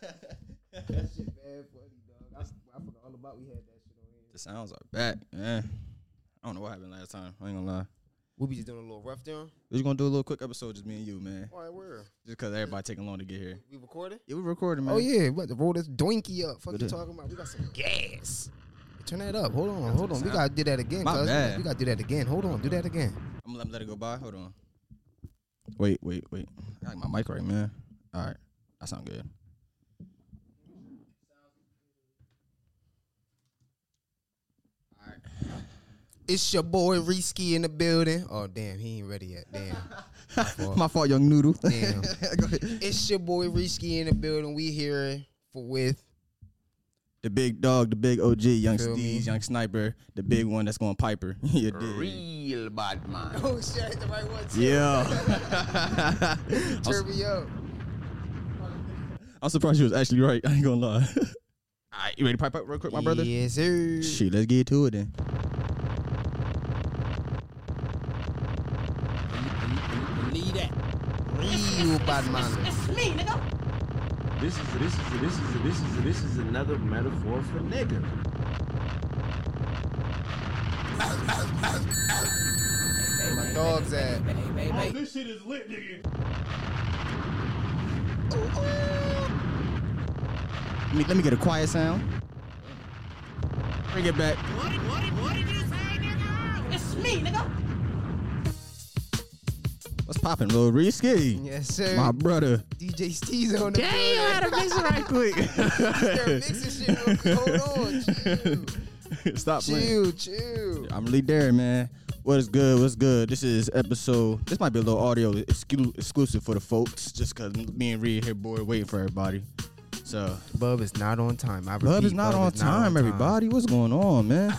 that shit bad funny, dog. I, I forgot all about we had that shit on here. The sounds are back, man. I don't know what happened last time. I ain't gonna lie. We'll be just doing a little rough down. We're just gonna do a little quick episode, just me and you, man. All right, where? Just cause everybody taking long to get here. We recording? Yeah, we recording, man. Oh yeah, what the roll this doinky up. Fuck Good you day. talking about? We got some gas. Turn that up. Hold on, hold what on. We sound- gotta do that again, My cuz. bad. We gotta do that again. Hold on, do that again. I'm gonna let, let it go by. Hold on. Wait, wait, wait. I got my mic right, man. All right, that sound good. It's your boy Reski in the building. Oh damn, he ain't ready yet. Damn. my fault, young noodle. Damn. Go ahead. it's your boy Reski in the building. We here for with The big dog, the big OG, young Feel me? Steez, young sniper, the big one that's going Piper. you dig? Real bad man. Oh shit, I hit the right one too. Yeah. I'm, Turn su- me up. I'm surprised you was actually right. I ain't gonna lie. All right, you ready to pipe up real quick, my brother? Yes, sir. Shoot, let's get to it then. Need that. Real bad man. This is this is this is this is this is another metaphor for nigga. My dog's at. This shit is lit, nigga. Let me, let me get a quiet sound. Bring it back. What's poppin', Lil Risky? Yes, sir. My brother. DJ Steez on the building. Start vision right quick. mixing shit real quick. Hold on, Stop playing. Chill, chill. I'm Lee Derry, man. What is good? What's good? This is episode. This might be a little audio exclu- exclusive for the folks, just cause me and Reed here, boy, waiting for everybody. So, Bub is not on time. I repeat, Bub is not on time, everybody. What's going on, man?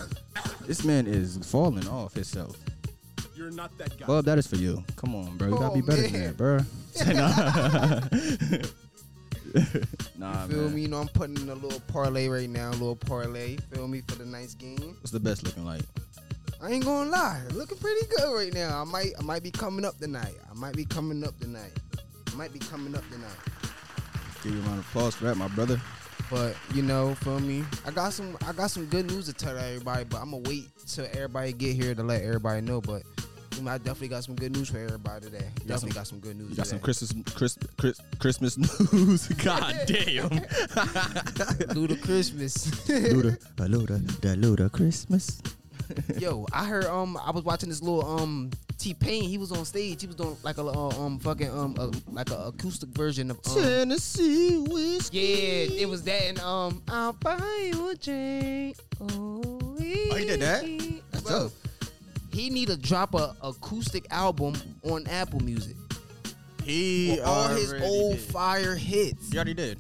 This man is falling off himself. You're not that guy. Bub, that is for you. Come on, bro. You gotta Oh, be better man. than that, bro. nah, Feel man. me? You know, I'm putting in a little parlay right now, a little parlay. Feel me for the nice game. What's the best looking like? I ain't gonna lie, looking pretty good right now. I might, I might be coming up tonight. I might be coming up tonight. I might be coming up tonight. Give you a round of applause for that, my brother. But you know, feel me. I got some, I got some good news to tell everybody. But I'm gonna wait till everybody get here to let everybody know. But you know, I definitely got some good news for everybody today. got definitely some- got some good news. You got some today. Christmas, Chris, Chris, Christmas news. God damn. Luda Christmas. Luda, a Luda, the Luda Christmas. Yo, I heard um I was watching this little um T Pain. He was on stage. He was doing like a little, uh, um fucking um a, like a acoustic version of um, Uh, Tennessee whiskey. yeah. It was that and um I'll buy you a drink. Oh, he did that? we- That's Bro, dope. He need to drop a acoustic album on Apple Music. He With all his already old did. fire hits. He already did.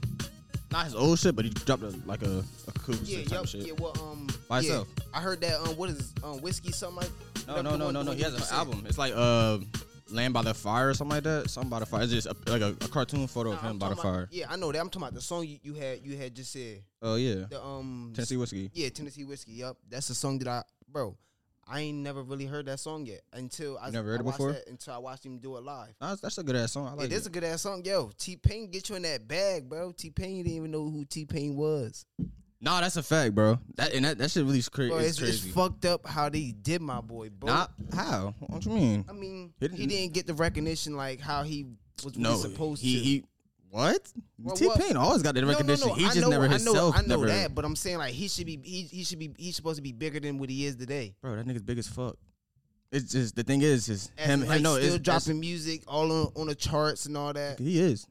Not his old shit, but he dropped a, like a acoustic Yeah, type yup, of shit. yeah. Well, um, yeah. By itself. I heard that um, what is um, whiskey something like? No, that no, the no, one- no, the no. one He has an just said? album. It's like uh, Land by the Fire or something like that. Something by the fire. It's just a, like a, a cartoon photo of Nah, him I'm by the talking about- fire. Yeah, I know that. I'm talking about the song you, you had. You had just said Oh yeah, the um Tennessee whiskey. Yeah, Tennessee whiskey. Yup, that's the song that I bro. I ain't never really heard that song yet until I never I heard it watched before? that- until I watched him do it live. Nah, that's, that's a good ass song. I like it is a good ass song, yo. T Pain get you in that bag, bro. T Pain didn't even know who T Pain was. Nah, that's a fact, bro. That and that, that shit really is cra- Bro, it's, it's it's crazy. fucked up how they did my boy, bro. Nah, how? What you mean? I mean, He he didn't- didn't get the recognition like how he was really no, supposed he, to. he what? Well, T well- Pain always got that recognition. He I just know, never himself I know, I know never. that, but I'm saying like he should be he, he should be he's supposed to be bigger than what he is today. Bro, that nigga's big as fuck. It's just the thing is, is As him. in, him like, no, still it's, that's- dropping music all on, on the charts and all that. He is.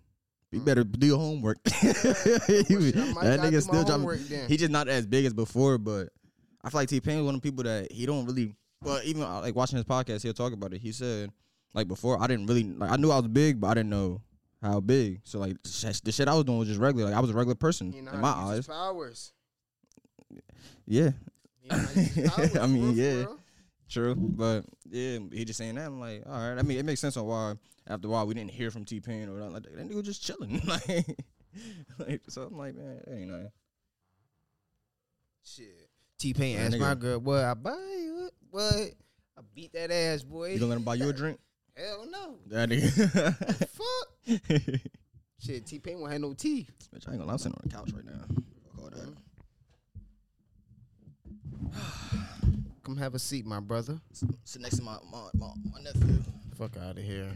You Hmm. better do your homework. shit, I might that gotta do my nigga still homework dropping. then. He just not as big as before, but I feel like T Pain was one of the people that he don't really. Well, even uh, like watching his podcast, he'll talk about it. He said like before, I didn't really like. I knew I was big, but I didn't know how big. So like the sh- the shit I was doing was just regular. Like I was a regular person You know in my how to use eyes. his powers. Yeah, You know how to use his powers, I mean, for real, yeah. for real. true. But yeah, he just saying that. I'm like, all right. I mean, it makes sense on why after a while we didn't hear from T Pain or nothing like that. That nigga was just chilling. like, like, so I'm like, man, that ain't nothing. Shit. T Pain Man, asked nigga. my girl, "What I buy you? What I beat that ass, boy? You gonna let him buy you a drink? Hell no, That nigga. fuck." Shit, T Pain won't have no teeth. Bitch, I ain't gonna lie, I'm sitting on the couch right now. Fuck all that. Come have a seat, my brother. Sit next to my my, my, my nephew, Fuck out of here.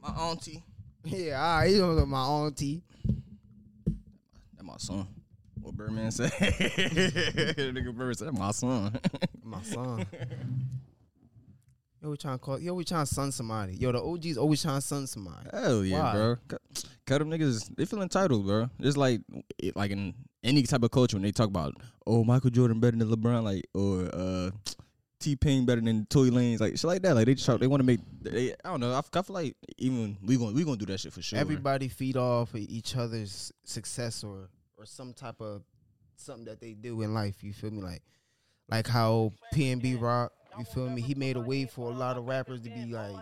my, my auntie, Yeah, all right. You don't look my auntie. and my son. What Birdman said? Nigga Birdman said, my son. My son. yo, we trying to call. Yo, we trying to son somebody. Yo, the OG's always trying to son somebody. Hell yeah, Why? bro. Cut, cut them niggas. They feel entitled, bro. It's like it, like in any type of culture when they talk about oh Michael Jordan better than LeBron, like or uh T Pain better than Tory Lanez, like shit like that. Like they just try, they want to make. They, I don't know. I, f- I feel like even we gonna we gonna do that shit for sure. Everybody feed off of each other's success or or some type of something that they do in life. You feel me? Like like how PNB Rock. You feel me? He made a wave for a lot of rappers to be like.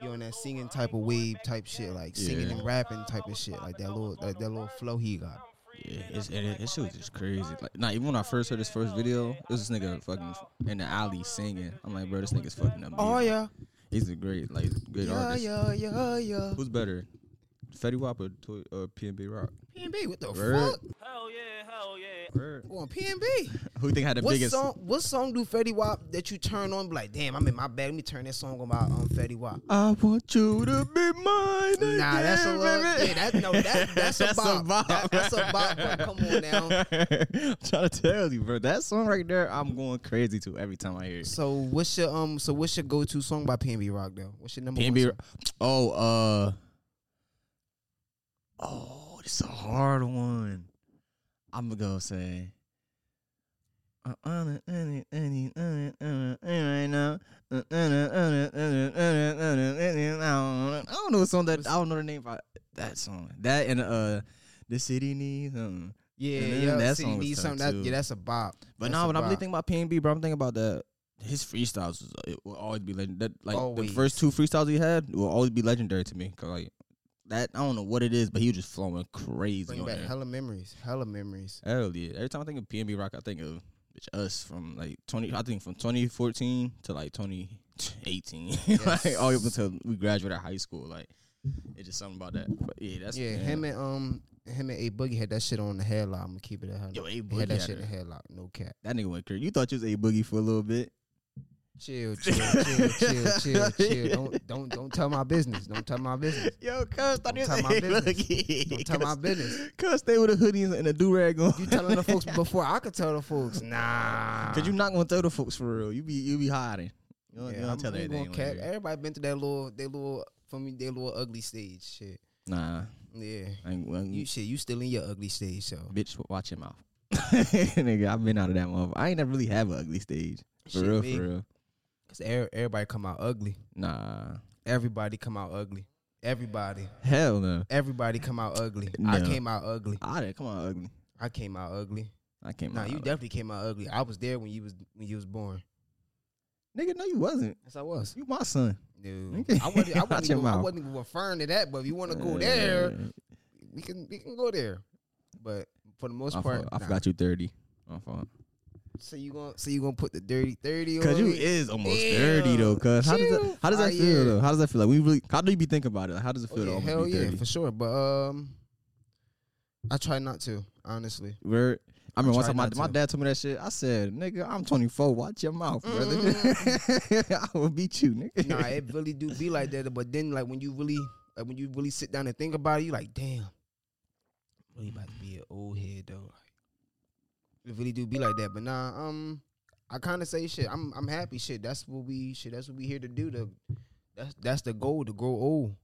You know, in that singing type of wave type shit, like singing Yeah. and rapping type of shit, like that little, like that little flow he got. Yeah, it's, it, it, that shit was just crazy. Like, nah, even when I first heard this first video, it was this nigga fucking in the alley singing. I'm like, bro, this nigga's fucking up. Oh yeah, he's a great, like, great yeah, artist. yeah, yeah, yeah. Who's better, Fetty Wap or Toy, uh, PNB Rock? PNB, what the Word. fuck? Word. Go on PNB. Who you think had the What biggest? song? What song do Fetty Wap that you turn on? Be like, damn, I'm in my bag. Let me turn that song on my um, Fetty Wap. I want you to be mine. Nah, that's a love. Yeah, that, no, that, that's, a bop. That- that's a bop. Bro. Come on now. I'm trying to tell you, bro. That song right there, I'm going crazy to every time I hear it. So what's your um? So what's your go-to song by PNB Rock though? What's your number PNB. one? Oh, uh. Oh, this is a hard one. I'm gonna go say. Uh, uh, uh, uh, uh, uh, uh, uh, uh, right now. Uh, uh, uh, uh, uh, uh, uh, uh, uh, uh, I don't know what song that I don't know the name of that song. That and uh, the city needs. Um, Yeah, And then yeah. that See, song was need tight, something that, too. yeah, that's a bop. but That's now a when I'm really bop. thinking about PNB, bro, I'm thinking about that. His freestyles was, it will always be legendary. That, like Always. the first two freestyles he had will always be legendary to me. 'Cause, like that, I don't know what it is, but he was just flowing crazy bring on back there. hella memories, hella memories. Hell yeah! Every time I think of PNB Rock, I think of bitch, us from like 20. I think from 2014 to like 2018, like all the way up Yes. until we graduated high school. Like it's just something about that. But yeah, that's yeah, man. him and um, him and A Boogie had that shit on the headlock. I'm gonna keep it a hundred. Yo, A He had Boogie that had shit in her. the headlock. No cap. that nigga went crazy. You thought you was a boogie for a little bit. Chill, chill, chill, chill, chill, chill. Don't don't don't tell my business. Don't tell my business. Yo, cuz thought Don't he was tell a my business. boogie. Don't tell my Cuz- business. Cuz stay with a hoodie and a do rag on. You telling the folks before I could tell the folks. Nah. Cause you not gonna tell the folks for real. You be you be hiding. You don't, Yeah, you don't I'm- tell we ain't everything. gonna cap. on there. Everybody been through that little, they little, for me, they little ugly stage shit. Nah, Yeah. I ain't, well, You you shit, you still in your ugly stage, so. bitch, watch your mouth. Nigga, I've been out of that motherfucker. I ain't never really have an ugly stage. For Shit, real, me. for real. Cause er- everybody come out ugly. Nah, Everybody come out ugly. Everybody, hell no. everybody come out ugly. I No. came out ugly. I didn't come on ugly. I came out ugly. I came Nah, out. you ugly. definitely came out ugly. I was there when you was when you was born. Nigga, no, you wasn't. Yes, I was. You my son. Dude, Okay. I wasn't. I Watch wasn't, your even, I mouth. wasn't even referring to that. But if you want to go there, Uh, we can we can go there. But for the most I, part, fo- I nah. forgot you thirty. My fault. So you gonna so you gonna put the dirty thirty on Cause you me? is almost thirty though. Cause how does that, Chill. how does that Ah, feel yeah. though? How does that feel? Like we really how do you be thinking about it? Like, how does it Oh, feel? to yeah, almost hell be yeah, 30? for sure. But um, I try not to honestly. Where I remember one try time my, not my to. dad told me that shit. I said, "Nigga, I'm 24. Watch your mouth, brother. I will beat you, nigga." Mm-hmm. nah, it really do be like that. But then like when you really like when you really sit down and think about it, you like, damn, really about to be an old head though. Like, it really do be like that. But nah, um, I kind of say shit. I'm I'm happy. Shit, that's what we shit. That's what we here to do. To that's that's the goal to grow old,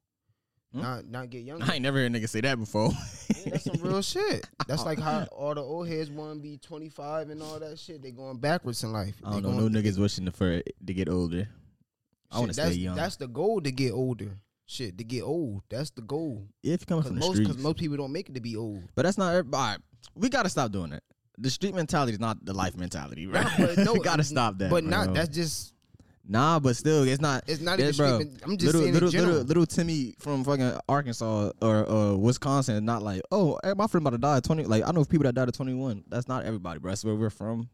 Hmm? not not get younger. I ain't never heard a nigga say that before. Yeah, that's some real shit. Oh. That's like how all the old heads want to be 25 and all that shit. They going backwards in life. I They don't know. going- No niggas wishing to- for it to get older. I shit, want to that's- stay young. That's the goal to get older. Shit, to get old. That's the goal. if you're coming Because from the most, streets, cause most people don't make it to be old. but that's not. every- All right, we gotta stop doing that. The street mentality is not the life mentality, right? Nah, but no, we gotta stop that. but bro. not, that's just, Nah, but still, it's not. it's not Yeah, even bro. streaming. I'm just little, saying little, in general. little, little Timmy from fucking Arkansas or uh, Wisconsin, is not like, oh, eh, my friend about to die at 20. Like, I know people that died at 21. That's not everybody, bro. That's where we're from.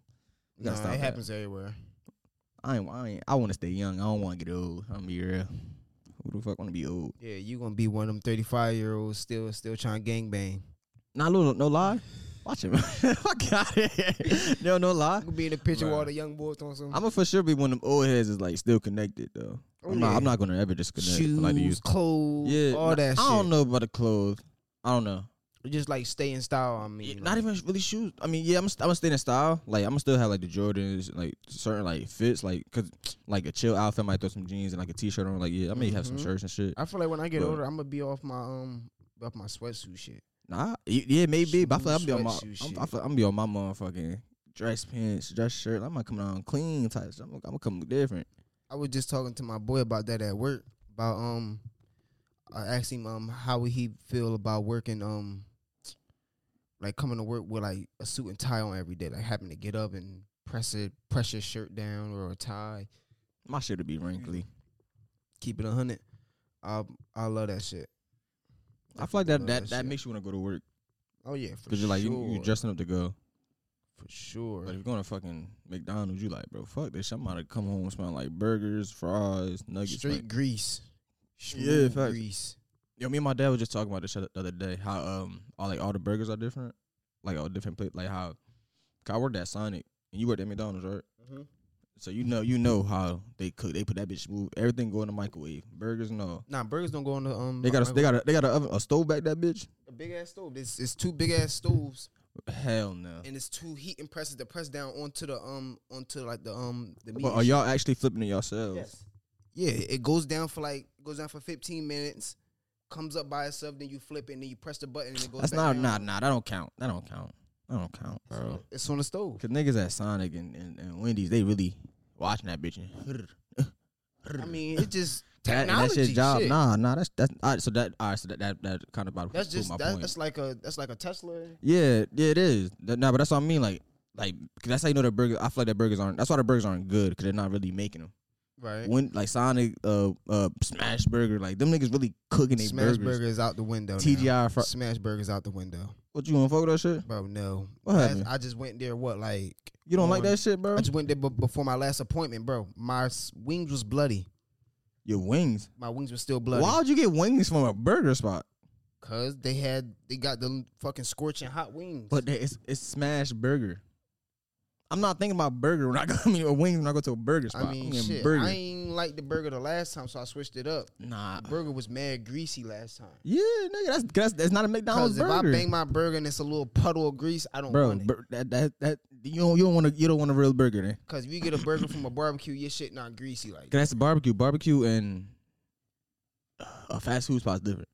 We gotta Nah, stop it that. happens everywhere. I ain't, I ain't, I want to stay young. I don't want to get old. I'm gonna be real. Who the fuck want to be old? Yeah, you gonna be one of them thirty five year olds still still trying to gangbang. Nah, no, no lie. Watch him. I got it. No, no lie. You gonna be in the picture with all Bruh. the young boys on some I'ma for sure be one of them old heads is like still connected though. Oh, I'm, not, I'm yeah. not gonna ever disconnect. shoes, I like to use clothes, yeah, all nah, that. I shit. don't know about the clothes. I don't know. Just like stay in style. I mean, Yeah, like- not even really shoes. I mean, yeah, I'm st- I'm gonna stay in style. Like I'm gonna still have like the Jordans, like certain like fits, like cause like a chill outfit. I might throw some jeans and like a t-shirt on. Like yeah, I may have some Mhm. shirts and shit. I feel like when I get But- older, I'm gonna be off my um off my sweatsuit shit. Nah, y- yeah, maybe, but I feel like I'm be on my, I'm, Shoes, I sweatsuit feel like I'm gonna be on my motherfucking dress pants, dress shirt. I'm not coming on clean types. I'm, gonna- I'm gonna come different. I was just talking to my boy about that at work. About um, I asked him um how would he feel about working um, like coming to work with like a suit and tie on every day, like having to get up and press it, press your shirt down or a tie, My shit will be wrinkly. keep it a hundred. I I love that shit. I feel like that Love that, that shit. makes you want to go to work oh yeah for because you're like sure. you you dressing up to go. for sure. But if you're going to fucking McDonald's, you like, bro, fuck this. shit. I'm about to come home smelling like burgers, fries, nuggets. Straight like- grease. Yeah, Smooth facts. grease. Yo, me and my dad was just talking about this shit the other day. How um, all like all the burgers are different, like all different place. Like how, 'cause I worked at Sonic and you worked at McDonald's, right? Mm-hmm. So you know, you know how they cook. They put that bitch smooth. Everything go in the microwave. Burgers and all. Nah, burgers don't go on the um. They got a microwave. they got a they got a, oven, a stove back that bitch. a big ass stove. It's, it's two big ass stoves, Hell no. and it's two heating presses that press down onto the um onto like the um the meat. But and are shit. y'all actually flipping it yourselves? Yeah, it goes down for like goes down for fifteen minutes, comes up by itself, then you flip it, and then you press the button, and it goes. That's back not down. nah nah. That don't count. That don't count. That don't count, bro. It's on the stove. Cause niggas at Sonic and, and, and Wendy's, they really watching that bitch. And I mean, it's just that, and technology. that's his job. shit. Nah, nah. That's that's all right, so that all right, so that that, that kind of about that's prove just my that, point. that's like a that's like a Tesla. Yeah, yeah, it is. That, nah, but that's what I mean. Like, like 'cause that's how you know the burger. I feel like the burgers aren't. That's why the burgers aren't good because they're not really making them. Right. When like Sonic, uh, uh, Smash Burger, like them niggas really cooking they Smash burgers. burger Oh, is out the window. now. TGI, fr- Smash burgers out the window, what you want fuck with that shit? bro. No, What That's- happened? I just went there. What like You don't like on- that shit, bro? I just went there b- before my last appointment, bro. My s- wings was bloody. Your wings. My wings were still bloody. Why would you get wings from a burger spot? Cause they had they got the l- fucking scorching hot wings. But they- it's it's Smash Burger. I'm not thinking about burger when I go. I mean, or wings when I go to a burger spot. I mean, I'm getting shit. burger. I ain't like the burger the last time, so I switched it up. nah. The burger was mad greasy last time. Yeah, nigga, that's that's, that's not a McDonald's Cause if I burger. bang my burger and it's a little puddle of grease, I don't bro. want it. bur- that that that you don't you don't want to you don't want a real burger then. Cause if you get a burger from a barbecue, your shit not greasy like. 'Cause that's the barbecue, barbecue and uh, a fast food spot's different.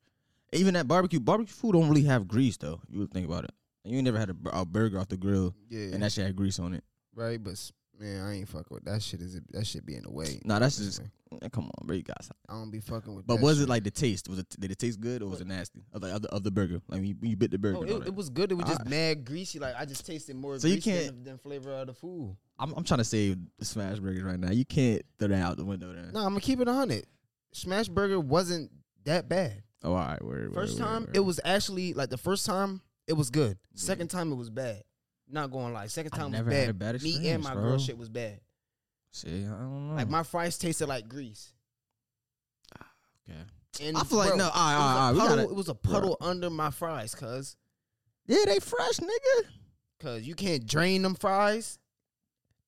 Even that barbecue, barbecue food don't really have grease though. If you would think about it. You ain't never had a, bur- a burger off the grill Yeah, and that shit had grease on it. right. But s- man, I ain't fucking with that shit. Is that shit be in the way? Nah, that's just eh, come on, bro. You got something. I don't be fucking with. But that was shit. it like the taste? Was it did it taste good or was it nasty of the of the, of the burger? Like when you, when you bit the burger. Oh, and all it, that. it was good. It was just Alright. mad greasy. Like I just tasted more So you grease than, can't- than flavor of the food. I'm I'm trying to save the smash burgers right now. You can't throw that out the window there. No, I'm gonna keep it hundred. Smash burger wasn't that bad. Oh, all right, word, word, First word, time word. it was actually like the first time it was good. Second time it was bad. Not going to lie. Second I time was never had bad. a bad Me and experience, my bro. girl shit was bad. See, I don't know. Like my fries tasted like grease. Ah, okay. And I feel like bro, no. it All right, was, all right, a all right. puddle, We it gotta, was a puddle under my fries, cuz. yeah, they fresh, nigga. Cuz you can't drain them fries.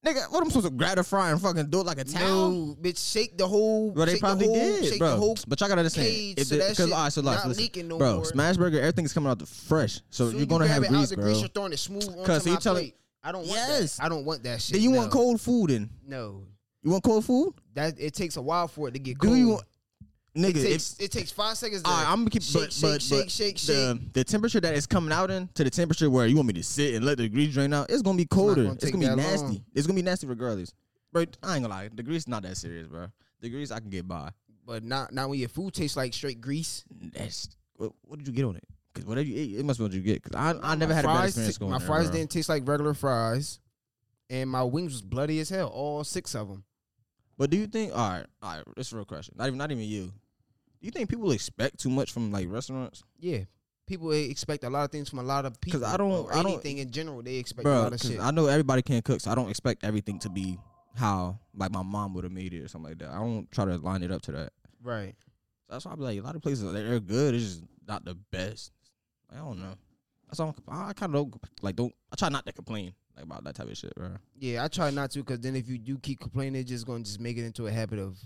Nigga, what I'm supposed to grab a fry and fucking do it like a towel? No, bitch, shake the whole. Bro, they shake the probably whole- did, Shake bro. the whole but y'all gotta understand, cage if so they- that shit alright, so like, not listen, leaking no bro, more. smash burger, everything's coming out the fresh, so Soon you're gonna you grab have it out grease, the bro. Grease, you're throwing it smooth onto Cause you my telling- plate. I don't want Yes. that. I don't want that shit. Then you no. want cold food? Then No, you want cold food? that it takes a while for it to get Do cold. you want, It nigga? if- takes, it takes five seconds. To All right, I'm gonna keep, shake, but, shake, but, shake, but shake, the, shake. the temperature that it's coming out in to the temperature where you want me to sit and let the grease drain out, it's gonna be not colder. gonna It's take gonna, that be nasty. long. It's gonna be nasty regardless. Bro, I ain't gonna lie, the grease not that serious, bro. The grease I can get by. But not not when your food tastes like straight grease. That's what, what did you get on it? Because whatever you ate, it must be what you get. Because I, I never My had a bad fries experience ta- going My there, fries bro. didn't taste like regular fries, and my wings was bloody as hell. All six of them. But do you think? All right, all right. This is a real question. Not even, not even you. Do you think people expect too much from like restaurants, Yeah. People eh, expect a lot of things from a lot of people. I don't- or I don't- anything in general. They expect a bro? lot of 'cause shit. I know everybody can't cook, so I don't expect everything to be how like my mom would have made it or something like that. I don't try to line it up to that. right. That's why I be like a lot of places they're they're good. It's just not the best. I don't know. That's all. I'm compl- I kind of don't like. Don't I try not to complain like about that type of shit, bro. Yeah, I try not to because then if you do keep complaining, it's just gonna just make it into a habit of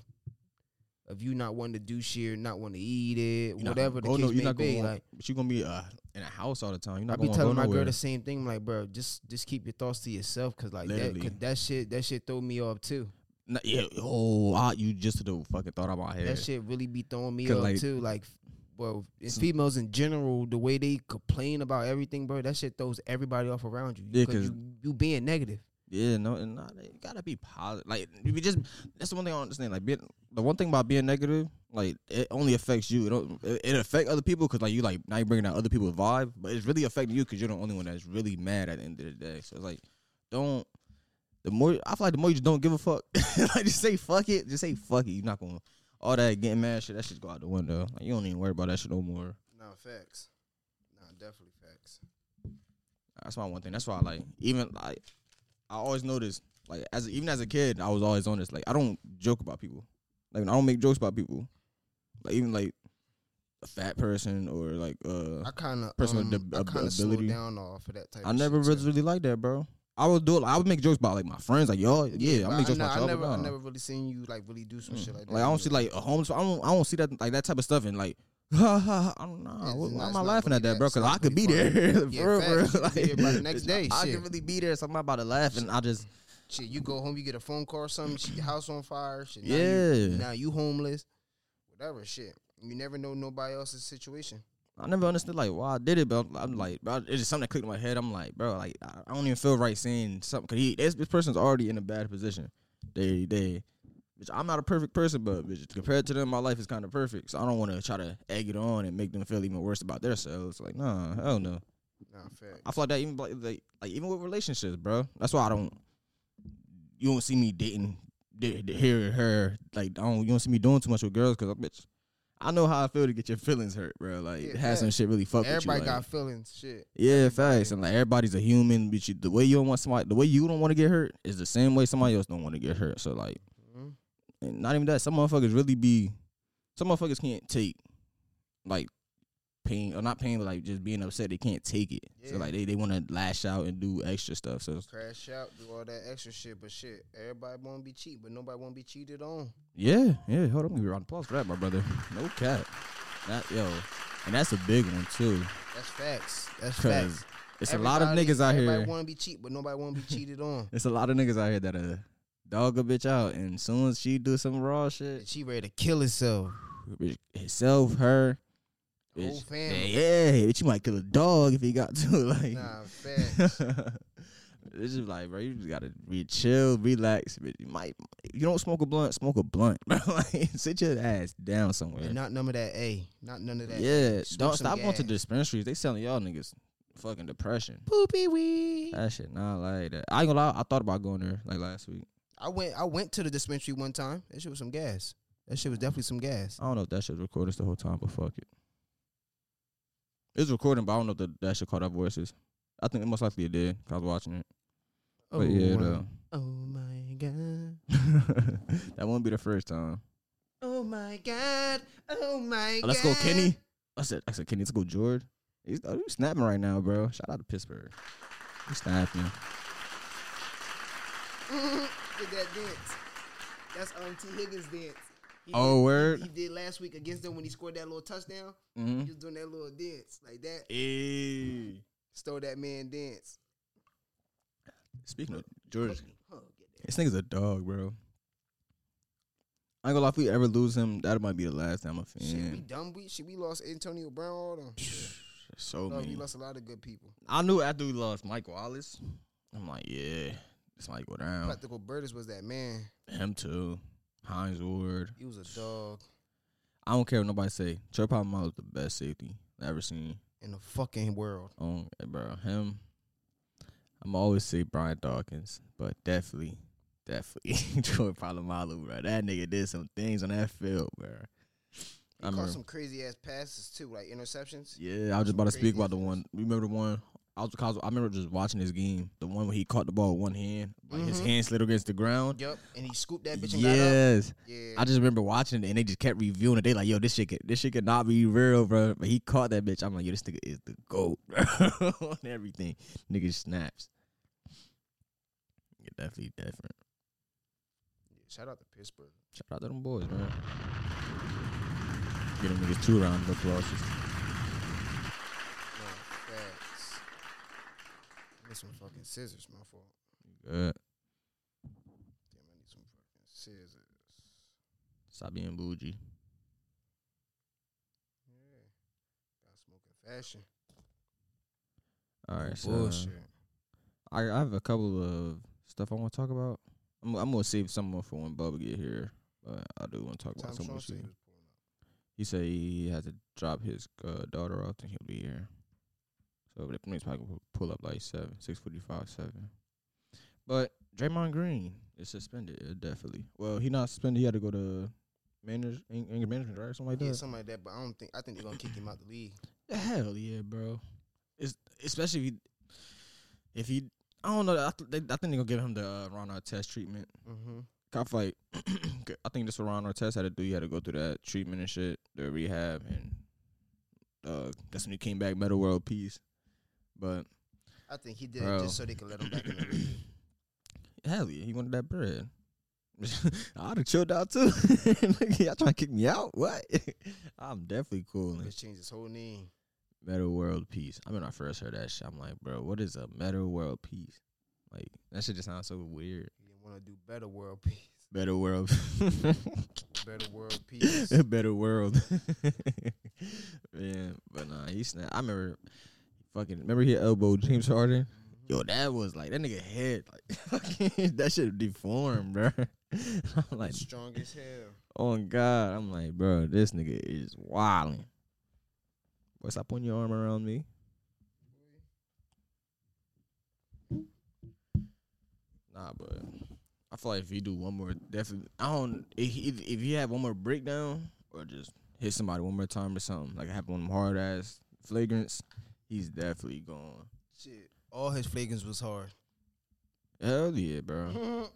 of you not wanting to do shit, not wanting to eat it, You're not whatever the gonna go case no- you're may not gonna be. want- Like but you're gonna be uh, in a house all the time. You're I not be gonna telling go my nowhere. girl the same thing, like bro, just just keep your thoughts to yourself, cause like that, Literally. cause that shit that shit throw me off too. Nah, yeah, oh, I, you just the fucking thought about here. That shit really be throwing me 'Cause, off like- too. Like, well, it's females in general, the way they complain about everything, bro, that shit throws everybody off around you. Yeah, cause 'cause- you, you being negative. Yeah, no, and nah, they gotta be positive. Like you be just that's the one thing I don't understand. Like being, the one thing about being negative, like it only affects you. It don't, it, it affect other people because like you like now you bringing out other people's vibe, but it's really affecting you because you're the only one that's really mad at the end of the day. So it's like don't. The more I feel like the more you just don't give a fuck, like just say fuck it, just say fuck it. You're not gonna all that getting mad shit. That shit go out the window. Like you don't even worry about that shit no more. Nah, facts. Nah, definitely facts. That's my one thing. That's why, like, even like, I always noticed, like, as even as a kid, I was always on this. Like, I don't joke about people. Like, I don't make jokes about people. Like, even like a fat person or like, uh, I kind of Person with um, the I ab- kind of slowed ability. down off of that type. I, of never shit, too. was really like that, bro. I would do it. Like, I would make jokes about like my friends, like y'all. Yeah, I but make jokes ne- about y'all. never, but I nah. never really seen you like really do some Mm. shit like that. Like I don't see either. like a homeless. I don't. I don't see that like that type of stuff. And like, ha, ha, I don't know. Yeah, it's Why not- am it's I not laughing really at that, that- bro? it's Because not I could be really there, for Yeah, real, facts. bro. You could be there by the next day, I shit. could really be there. Something about to laugh, and I just shit. You go home, you get a phone call or something. Shit, your house on fire. Shit, now yeah. You, now you homeless. Whatever shit. You never know nobody else's situation. I never understood like why I did it, but I'm, I'm like, bro, it's just something that clicked in my head. I'm like, bro, like I I don't even feel right saying something because he this, this person's already in a bad position. They they, bitch, I'm not a perfect person, but bitch, compared to them, my life is kind of perfect. So I don't want to try to egg it on and make them feel even worse about themselves. Like, nah, hell no. Nah, fact. I feel like that even like, like like even with relationships, bro. That's why I don't. You don't see me dating da- da- here or her. Like I don't. You don't see me doing too much with girls because bitch. I know how I feel to get your feelings hurt, bro. Like Yeah, have some facts. shit really fuck with you. Everybody like- got feelings. Shit. yeah, facts. And like everybody's a human, but you, the way you don't want somebody, the way you don't want to get hurt is the same way somebody else don't want to get hurt. So like, Mhm. and not even that. Some motherfuckers really be, some motherfuckers can't take, like, pain or not pain, but like just being upset. They can't take it. So Yeah. like they they want to lash out and do extra stuff. So Crash out, do all that extra shit, but shit, everybody won't be cheat, but nobody won't be cheated on. yeah, yeah. Hold on, give me a round of applause for that, my brother. No cap. That yo, and that's a big one too, That's facts. That's because facts. it's a lot of niggas out here. Everybody want to be cheat, but nobody want to be cheated on. It's a lot of niggas out here that uh dog a bitch out, and soon as she do some raw And shit, she ready to kill herself. bitch, herself, her, The whole bitch, family. yeah, yeah, bitch, you might kill a dog if he got to, like, Nah, facts. it's just like, bro, you just gotta be chill, relax, bitch. You might, if you don't smoke a blunt, smoke a blunt, bro. like, sit your ass down somewhere. And not none of that A. Not none of that. yeah, Smoke don't some stop going to gas. dispensaries. They selling y'all niggas fucking depression. Poopy wee. That shit not like that. I ain't gonna lie, I thought about going there like last week. I went. I went to the dispensary one time. That shit was some gas. That shit was definitely some gas. I don't know if that shit's recording us the whole time, but fuck it. It's recording, but I don't know if the, that shit caught our voices. I think it most likely it did. 'cause I was watching it. Oh, But yeah, my- though. oh my god. that won't be the first time. Oh my god. Oh my god. Let's go, Kenny. I said, I said, Kenny, let's go, George. He's oh, he's snapping right now, bro. Shout out to Pittsburgh. He's snapping. Did that dance? That's um T Higgins dance. He Oh, did, word. he did last week against them when he scored that little touchdown. Mm-hmm. He was doing that little dance like that. Hey. Stole that man dance. Speaking of George, Huh, Oh, get that. this nigga's a dog, bro. I ain't gonna lie, if we ever lose him, that might be the last time I'm a Shit, we fan. dumb. We shit. We lost Antonio Brown. All them. So No, many. we Oh, lost a lot of good people. I knew after we lost Mike Wallace, I'm like, yeah, this might go down. Practical Burtis was that man. Him too. Heinz Ward. He was a dog I don't care what nobody say. Trey Palmer was the best safety I ever seen. in the fucking world. Um, bro, him. I'm always say Brian Dawkins, but definitely, definitely Troy Polamalu, bro. That nigga did some things on that field, bro. He I caught remember. some crazy ass passes too, like interceptions. Yeah, I was just about to speak crazy about the things. one. Remember the one I was because I remember just watching this game, the one where he caught the ball with one hand, like his Mhm. hand slid against the ground. Yep. And he scooped that bitch and got up. Yes, Yeah. I just remember watching it, and they just kept reviewing it. They like, yo, this shit, could, this shit could not be real, bro. But he caught that bitch. I'm like, yo, this nigga is the goat bro. on everything. Nigga snaps. Yeah, definitely different. Shout out to Pittsburgh. Shout out to them boys, man. Get them niggas two rounds of applause. No, facts. Need some fucking scissors, my fault. Good. Damn, I need some fucking scissors. Stop being bougie. Yeah. Got smoking fashion. All right, so Bullshit. I, I have a couple of stuff I want to talk about. I'm, I'm gonna save some more for when Bubba get here, but I do want to talk Tom about some Sean more said shit. he was pulling up. He said he had to drop his uh, daughter off, and he'll be here. So the police probably will pull up like seven, six forty-five, seven. But Draymond Green is suspended, uh, definitely. Well, he not suspended. He had to go to manage ang- anger management, right, or something like Yeah, that. something like that, but I don't think I think they're gonna kick him out the league. Hell yeah, bro. It's especially if he, if he, I don't know. I, th- they, I think they're gonna give him the uh, Ron Artest treatment. Mm-hmm. I feel like I think this what Ron Artest had to do. He had to go through that treatment and shit, the rehab, and uh, that's when he came back, Metal World Peace. But I think he did Bro. it just so they could let him back in the league. hell yeah, he wanted that bread. I'd have chilled out too. Like, Y'all trying to kick me out? What? I'm definitely cool. Let's change his whole name. Metal World Peace. I mean, I first heard that shit. I'm like, bro, what is a Metal World Peace? Like, that shit just sounds so weird. He didn't want to do better world peace. Better World. Better world peace. Better World. Man, but nah, he snapped. I remember, fucking, remember he elbowed Mm-hmm. James Harden? Yo, that was like, that nigga head, like, fucking, that shit deformed, bro. I'm like, Strong as hell. oh, God. I'm like, bro, this nigga is wilding. Boy, stop putting your arm around me. Nah, but I feel like if you do one more, definitely, I don't. If if, if you have one more breakdown or just hit somebody one more time or something, like have one of them hard ass flagrants, he's definitely gone. Shit. All his flagrants was hard. Hell yeah, bro. Mhm.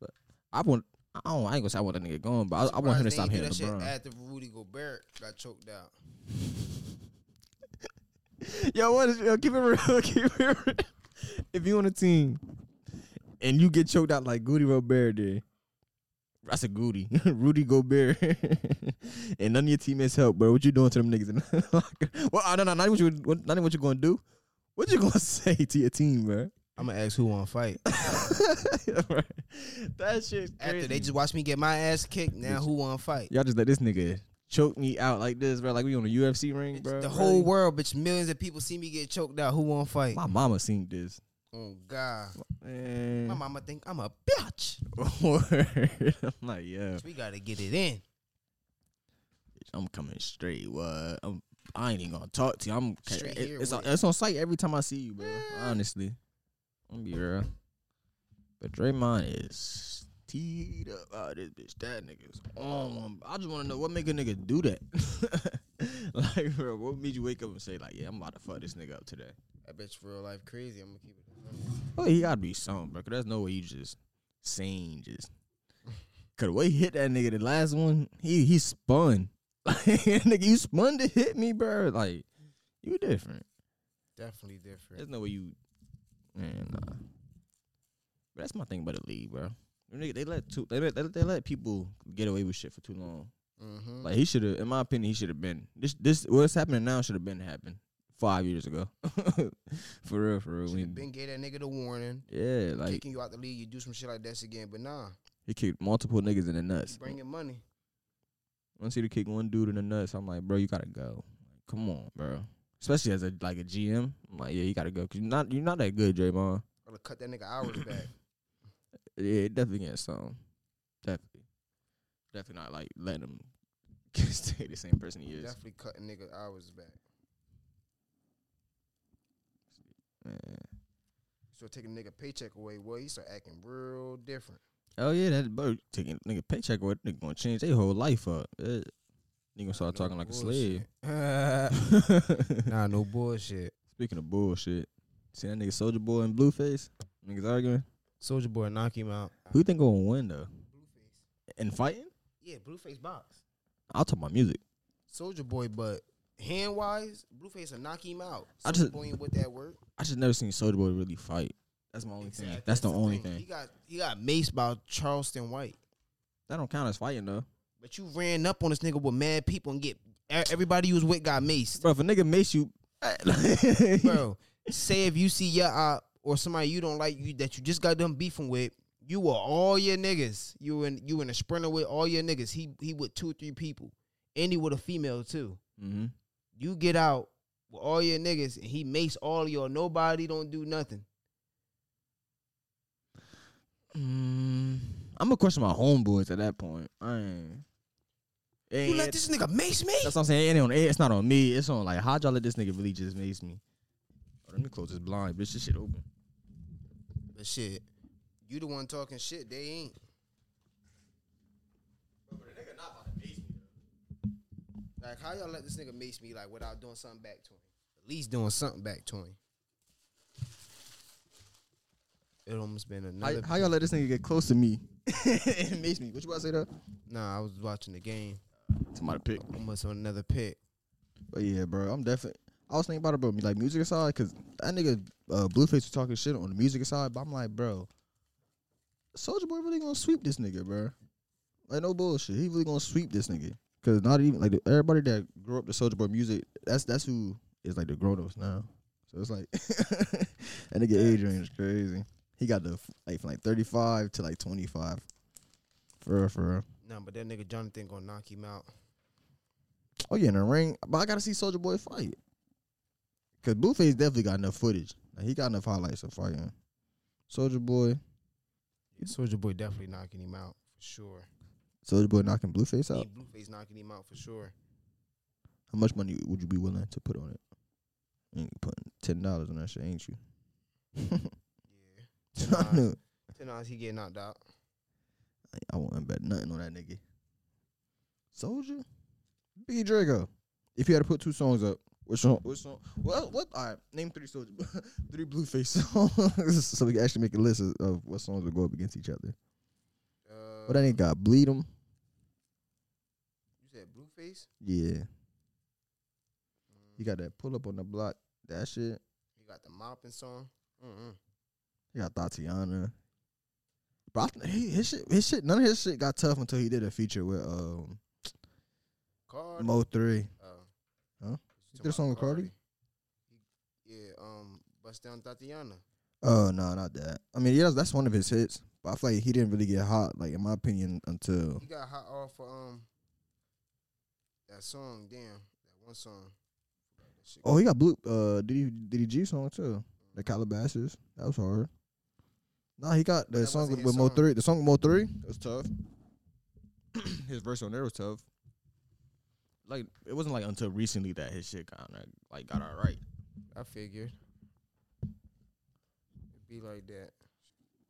But I want. I don't. I ain't gonna say I want that nigga gone, but I, I want him to stop Surprised they hitting ain't do that shit LeBron. After Rudy Gobert got choked out. Yo, what is? Yo, keep it real. Keep it real. If you on a team and you get choked out like Goody Robert did, I said Goody, Rudy Gobert, and none of your teammates help, bro. What you doing to them niggas? in the locker? well, I don't know. Not even what you, what, not even what you gonna do. What you gonna say to your team, bro? I'm gonna ask who wanna fight. that shit's crazy. After they just watched me get my ass kicked, now who wanna fight? y'all just let this nigga choke me out like this, bro. Like we on a UFC ring, bro. the Really? whole world, bitch, millions of people see me get choked out. Who wanna fight? My mama seen this. Oh God. Man. My mama think I'm a bitch. Word. I'm like, yeah, We gotta get it in. bitch, I'm coming straight. What? I'm, I ain't even gonna talk to you. I'm Straight it- here it's, on, with it. it's on site every time I see you, bro. Honestly, I'm be real. But Draymond is teed up out of this bitch. That nigga's on one. I just want to know what make a nigga do that. like, bro, what made you wake up and say like, yeah, I'm about to fuck this nigga up today? That bitch real life crazy. I'm gonna keep it. Oh, he gotta be something, bro. Cause there's no way you just sane just. Cause the way he hit that nigga, the last one, he he spun. Like, nigga, you spun to hit me, bro. Like, you different. Definitely different. There's no way you, man. Nah. But that's my thing about the league, bro. Them nigga, They let too, they let, they let they let people get away with shit for too long. Mm-hmm. Like he should have, in my opinion, he should have been this this what's happening now should have been happened five years ago. for real, for real. We, Should've been gave that nigga the warning, yeah, like kicking you out the league. You do some shit like this again, but nah, He kicked multiple niggas in the you nuts. bringing money. Once he kick one dude in the nuts, I'm like, bro, you gotta go. Come on, bro. Especially as a like a GM, I'm like, yeah, you gotta go. Cause you're not you're not that good, Draymond. Gotta cut that nigga hours back. Yeah, definitely getting some. Definitely, definitely not like letting him stay the same person he is. Definitely cutting nigga hours back. Man. So taking nigga paycheck away, well, he start acting real different. Oh yeah, that bro taking nigga paycheck away, nigga gonna change their whole life up. Yeah. Nigga gonna start No talking like a slave. Oh, Ah. bullshit. nah, no bullshit. Speaking of bullshit, See that nigga Soldier Boy and Blueface? Niggas arguing. Soldier Boy knock him out. Who you think gonna win though? And fighting? Yeah, Blueface box. I'll talk about music. Soldier Boy, but hand wise, Blueface will knock him out. I Soulja just- Boy ain't with that work. I just never seen Soldier Boy really fight. That's my only thing. That's the only thing. He got he got maced by Charleston White. That don't count as fighting though. But you ran up on this nigga with mad people and get e- everybody you was with got maced. Bro, if a nigga mace you, Bro, say if you see your op or somebody you don't like you that you just got done beefing with, you were all your niggas. You were in you were in a sprinter with all your niggas. He he with two or three people. And he with a female too. hmm You get out with all your niggas and he mace all your nobody don't do nothing. mm, I'm gonna question my homeboys at that point. I ain't. It ain't- You let this nigga mace me? that's what I'm saying. It ain't on, it- it's not on me. It's on like how y'all let this nigga really just mace me. Oh, let me close this blind, bitch. This shit open. But shit, you the one talking shit. They ain't. Like, how y'all let this nigga mace me like without doing something back to him? At least doing something back to him. It almost been another. How, how y'all let this nigga get close to me and mace me? What you about to say though? nah, I was watching the game. Somebody pick. Almost on another pick. But yeah, bro, I'm definitely. I was thinking about it, bro. Like music aside, cause that nigga uh, Blueface was talking shit on the music side, but I'm like, bro, Soldier Boy really gonna sweep this nigga, bro. Like no bullshit, he really gonna sweep this nigga. Cause not even like everybody that grew up to Soldier Boy music, that's that's who is like the grown ups now. So it's like that nigga age range is crazy. He got the like from like 35 to like 25. For real, for real. Nah, but that nigga Jonathan gonna knock him out. Oh yeah, in the ring. But I gotta see Soldier Boy fight. Cause Blueface definitely got enough footage. Like, he got enough highlights of fighting. Soldier Boy, Soldier Boy definitely knocking him out for sure. Soldier Boy knocking Blueface out. Ain't Blueface knocking him out for sure. How much money would you be willing to put on it? You ain't putting ten dollars on that shit, ain't you? Yeah, I knew. ten dollars he get knocked out. I won't bet nothing on that nigga. Soldier, Biggie Drago. If you had to put two songs up, which song? Which song? Well, what? All right, name three Soldier, three Blueface songs, so we can actually make a list of, of what songs would go up against each other. Uh, But that ain't got bleed him. You said Blueface? Yeah. You got that pull up on the block. That shit. You got the mopping song. Mm-mm. You got Tatiana. But I, th- he, his shit, his shit, none of his shit got tough until he did a feature with um Cardi. Mo Three. uh, Huh? you did a talking song about with Cardi? Yeah, um, bust down Tatiana. Oh no, not that. I mean, yeah, that's one of his hits. But I feel like he didn't really get hot, like in my opinion, until He got hot off of, um that song. Damn, that one song. That shit. oh he got blue. Uh, did he did he G song too? The Calabasas. That was hard. Nah, he got that the song wasn't with, his with Mo song. Three. The song with Mo Three it was tough. his verse on there was tough. Like it wasn't like until recently that his shit kind of like got all right. I figured. It'd be like that.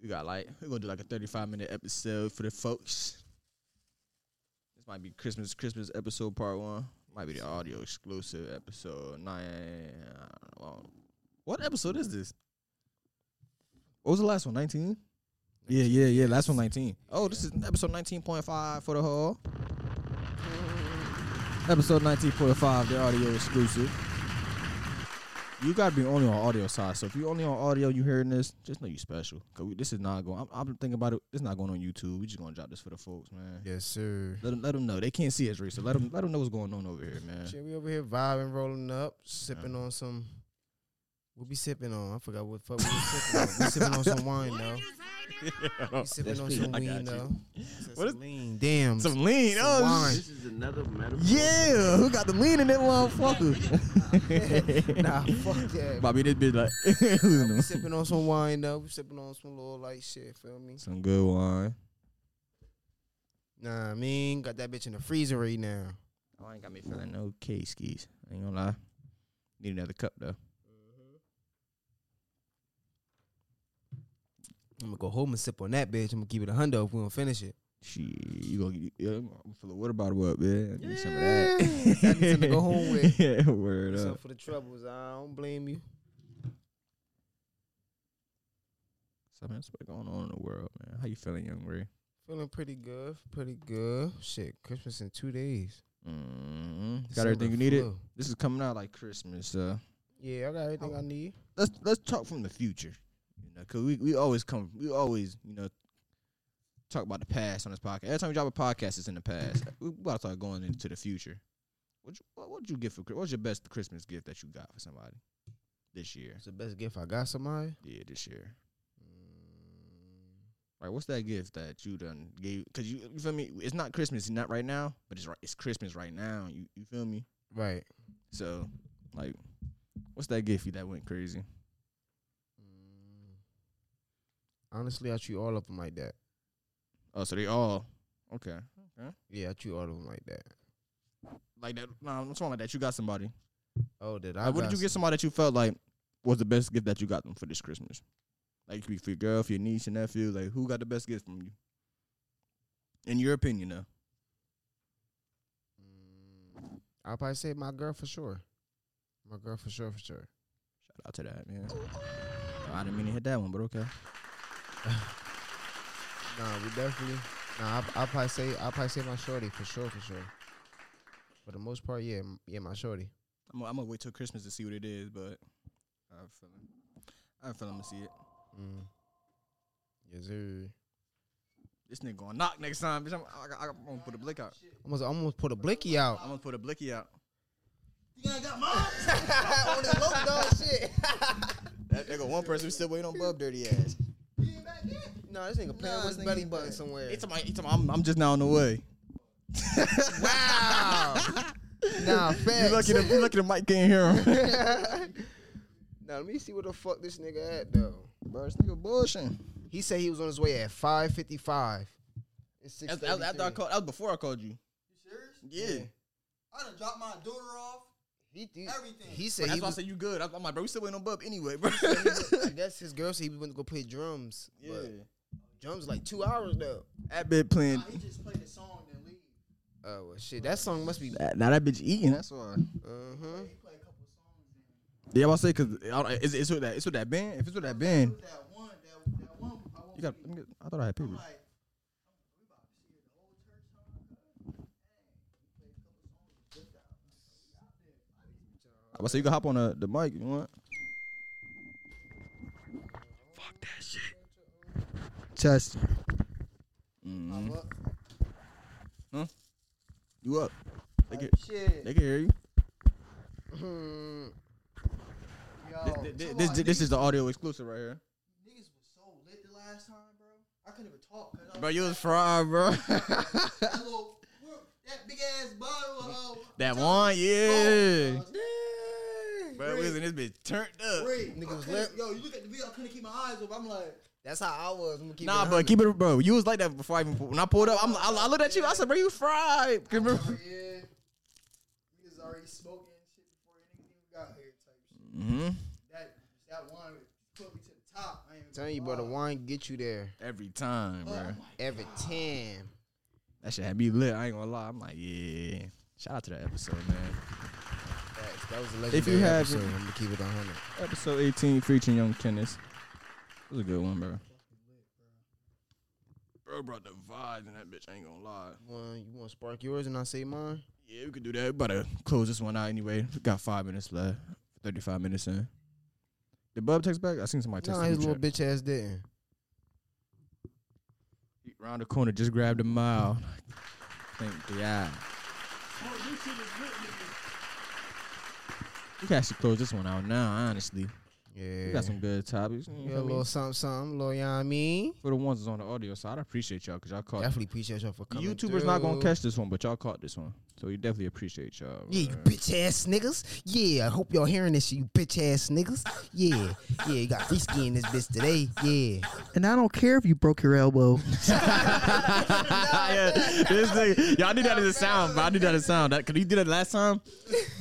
We got like we're gonna do like a thirty five minute episode for the folks. This might be Christmas Christmas episode part one. Might be the audio exclusive episode nine. I don't know. What episode is this? What was the last one? Nineteen. Yeah, yeah, yeah. Last one, nineteen. Oh, this is episode nineteen point five for the whole. Episode nineteen point five, the audio exclusive. You gotta be only on audio side. So if you only on audio, you hearing this, just know you special. Cause we, this is not going. I'm, I'm thinking about it. It's not going on YouTube. We just gonna drop this for the folks, man. Yes, sir. Let them let them know they can't see us, Reese. So let them let them know what's going on over here, man. Shit, we over here vibing, rolling up, sipping on some. What we sipping on? I forgot what fuck we was sipping on. We sipping on some wine though. We sipping on some I got lean you. though. Said What some lean? Damn. Some lean, Some oh wine. shit. This is another metaphor. yeah. Who got the lean in that motherfucker? nah, fuck that. Bobby, this bitch like We sipping on some wine though. We sipping on some little light shit. Feel me? some good wine. Nah, I mean, got that bitch in the freezer right now. Oh, I ain't got me feeling no case skis. I ain't gonna lie. Need another cup though. I'm gonna go home and sip on that bitch. I'm gonna keep it a hundo if we don't finish it. Shit, you gonna get yeah, I'm gonna fill a water bottle up, man. Need some of that. Yeah, I need something to go home with. yeah, word Something up. for the troubles. I don't blame you. I mean, that's what's going on in the world, man. How you feeling, young Ray? Feeling pretty good. Pretty good. Shit, Christmas in two days. mm Got December everything you needed. flew. This is coming out like Christmas. Uh, Yeah, I got everything I need. let's let's talk from the future, you know, because we, we always come we always you know talk about the past on this podcast. Every time we drop a podcast, it's in the past. We about to start going into the future. What you, what would you get for Chri- what's your best Christmas gift that you got for somebody this year? It's the best gift I got somebody. Yeah, this year. Right, what's that gift that you done gave? Cause you, you feel me? It's not Christmas, not right now, but it's right, it's Christmas right now. You you feel me? Right. So, like, what's that gift you that went crazy? Mm. Honestly, I treat all of them like that. Oh, so they all okay. Yeah, I treat all of them like that. Like that? No, I'm talking like that. You got somebody. Oh, did I? Like, what got did you get some- somebody that you felt like was the best gift that you got them for this Christmas? Like, it could be for your girl, for your niece, your nephew. Like, who got the best gift from you? In your opinion, though. Mm, I'll probably say my girl for sure. My girl for sure, for sure. Shout out to that, man. I didn't mean to hit that one, but okay. Nah, we definitely. Nah, I will probably say I'll probably say my shorty for sure, for sure. For the most part, yeah, m- yeah, my shorty. I'm gonna wait till Christmas to see what it is, but I have a feeling. I have a feeling I'm gonna see it. Mm. Yes, sir. This nigga gonna knock next time, bitch. I'm, I, I, I'm gonna put a blick out. Almost, almost put a blicky out. I'm gonna put a blicky out. On his low dog shit. That nigga, one person still waiting on Bub dirty ass. no, this nigga playing with his belly button somewhere. It's my, it's my, I'm, I'm just now on the way. wow. nah, You facts. lucky, the, you lucky the mic can't hear him. now let me see where the fuck this nigga at though. Bro, this nigga bullshitting. He said he was on his way at five fifty five. It's six. That's, that, was after I called, that was before I called you. serious? Yeah. I done dropped my daughter off. He, he, Everything. he said That's he why I was. said you good. I, I'm like, bro, we still waiting on Bub anyway, bro. I guess his girl said he went to go play drums. Yeah. yeah. drums like two hours though. That bitch playing. Nah, he just played a song then leave. Oh well, shit. That song must be. uh-huh. Uh Now that bitch eating. That's huh. why. He played a couple songs and Yeah, I was say because it's, it's with that. It's with that band. If it's with that band, with that one, that, that one. I won't you got. Let me get, I thought I had I'm papers. like, we about to hear the whole church song. I was say you can hop on the, the mic. You want? Fuck that shit. Test. Mm-hmm. Mhm. Huh? You up? They can, Shit, they can hear you. yo. This, this, Come this, on, this, is the audio exclusive right here. Niggas was so lit the last time, bro. I couldn't even talk. Cause I Bro, you was fried, bro. that, little, that big ass bottle Uh, of. Uh, that one, yeah. Bro, we was Rick, in this bitch turned up. Rick, Nigga I was couldn't- lit. Yo, you look at the video. I couldn't keep my eyes open. I'm like, That's how I was. I'm gonna keep Nah, it but keep it, bro. You was like that before I even pulled- when I pulled up. I'm, I, I looked at you. I said, bro, you fried. yeah, Remember? niggas already smoking and shit before niggas even got here. Type shit. Mm-hmm. That that one put me to the top. I ain't even I'm telling you, gonna brother, lie. wine get you there Every time, Oh bro. my every time. That shit had me lit. I ain't gonna lie. I'm like, yeah. Shout out to that episode, man. Facts. That was a legendary If you have- episode. I'm gonna keep it on hundred. Episode 18 featuring Young Kenneth. That was a good one, bro. Bro brought the vibes in that bitch. I ain't gonna lie. One, you want to spark yours and I say mine? Yeah, we could do that. We better close this one out anyway. We got five minutes left. Thirty-five minutes in. Did Bub text back? I seen somebody text. Nah, in his the little chat. bitch ass didn't. He Round the corner, just grabbed a mile. Thank God. Oh, this shit is lit, nigga. We can actually close this one out now. Honestly, Yeah. we got some good topics. You Yeah, know a what I mean? little something, something, little, you know what I mean? For the ones that's on the audio side, I appreciate y'all because y'all caught. Definitely appreciate y'all for coming. YouTubers not gonna through. catch this one, but y'all caught this one, so we definitely appreciate y'all. Yeah, you man. bitch ass niggas. Yeah, I hope y'all hearing this, you bitch ass niggas. Yeah, yeah, you got free ski in this bitch today. Yeah. And I don't care if you broke your elbow. yeah, this nigga, y'all did that as a sound, bro. I did that as a sound. That, Cause he did it last time.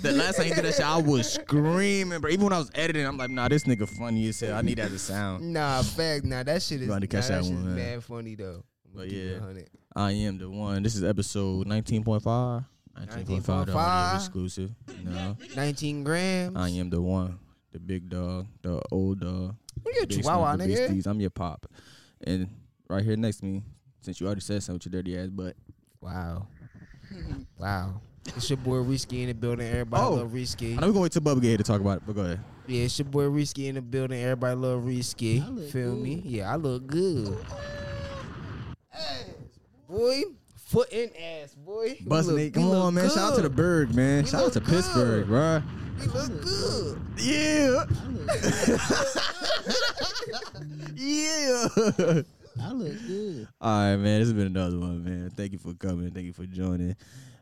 That last time he did that shit, I was screaming, bro. Even when I was editing, I'm like, nah, this nigga funny as hell. I need that as a sound. Nah, fact. Nah, that shit is. Gotta catch nah, that that shit one, is man. mad funny though. I'ma But keep it yeah. 100. I am the one. This is episode 19.5. 19.5, the audio 19.5. exclusive. You know, nineteen grams. I am the one, the big dog, the old dog. you a Big chihuahua, smoker, big nigga. steez, I'm your pop. And right here next to me, since you already said something with your dirty ass butt. Wow. wow. It's your boy Risky in the building. Everybody Oh. love Risky. I know we're going to wait till Bubba get here to talk about it, but go ahead. Yeah, it's your boy Risky in the building. Everybody love Risky. I look Feel me? Yeah, I look good. Hey, Boy, foot and ass, boy. We Busting look- it. we Come look on, man. Shout out to the good. Berg, man. We Shout out look to Pittsburgh, good. bro. We look good. Yeah. I look, Yeah. I look good. All right, man. This has been another one, man. Thank you for coming. Thank you for joining.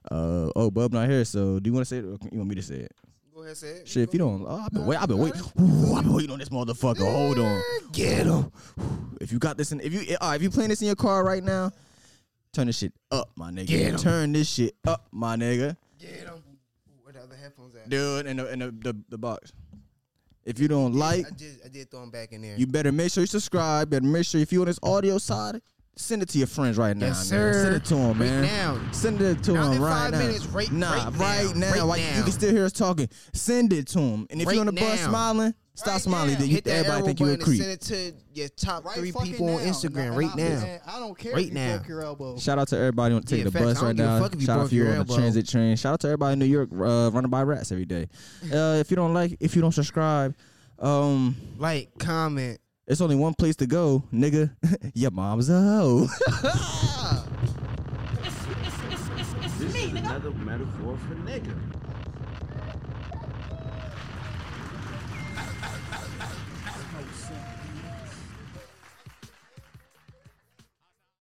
Uh oh, Bub not here. So do you want to say it? Or you want me to say it? Go ahead, say it. Shit, if you don't, oh, I've been wait, I've been waiting. Ooh, I've been waiting on this motherfucker. Hold on, get him. If you got this in, if you all right, if you playing this in your car right now, turn this shit up, my nigga. Get 'em. Turn this shit up, my nigga. Get him. Where the other headphones at? Dude, in the in the, the, the box. If you don't like, I did, I did throw them back in there. you better make sure you subscribe. Better make sure if you on this audio side, send it to your friends right now. Yes, sir. man. Send it to them, Right man. now. Send it to Now him in right five now. minutes, right- nah, right now, right now. right Like, now. You can still hear us talking. Send it to him. And if Right you're on the bus now. smiling, stop Right smiling. now. Then you, Hit that everybody arrow think you a button creep. and send it to your top right three fucking people on now. Instagram Nah, right nah, now. man, I don't care Right if you now. broke your elbow. Shout out to everybody on take Yeah, the facts. I bus don't right give a now. fuck if you Shout out broke if you're your on the elbow. transit train. Shout out to everybody in New York uh, running by rats every day. Uh, if you don't like, if you don't subscribe, um, Like, comment. it's only one place to go, nigga. your mom's a hoe. It's, it's, it's, it's, it's This me, is nigga. another metaphor for nigga.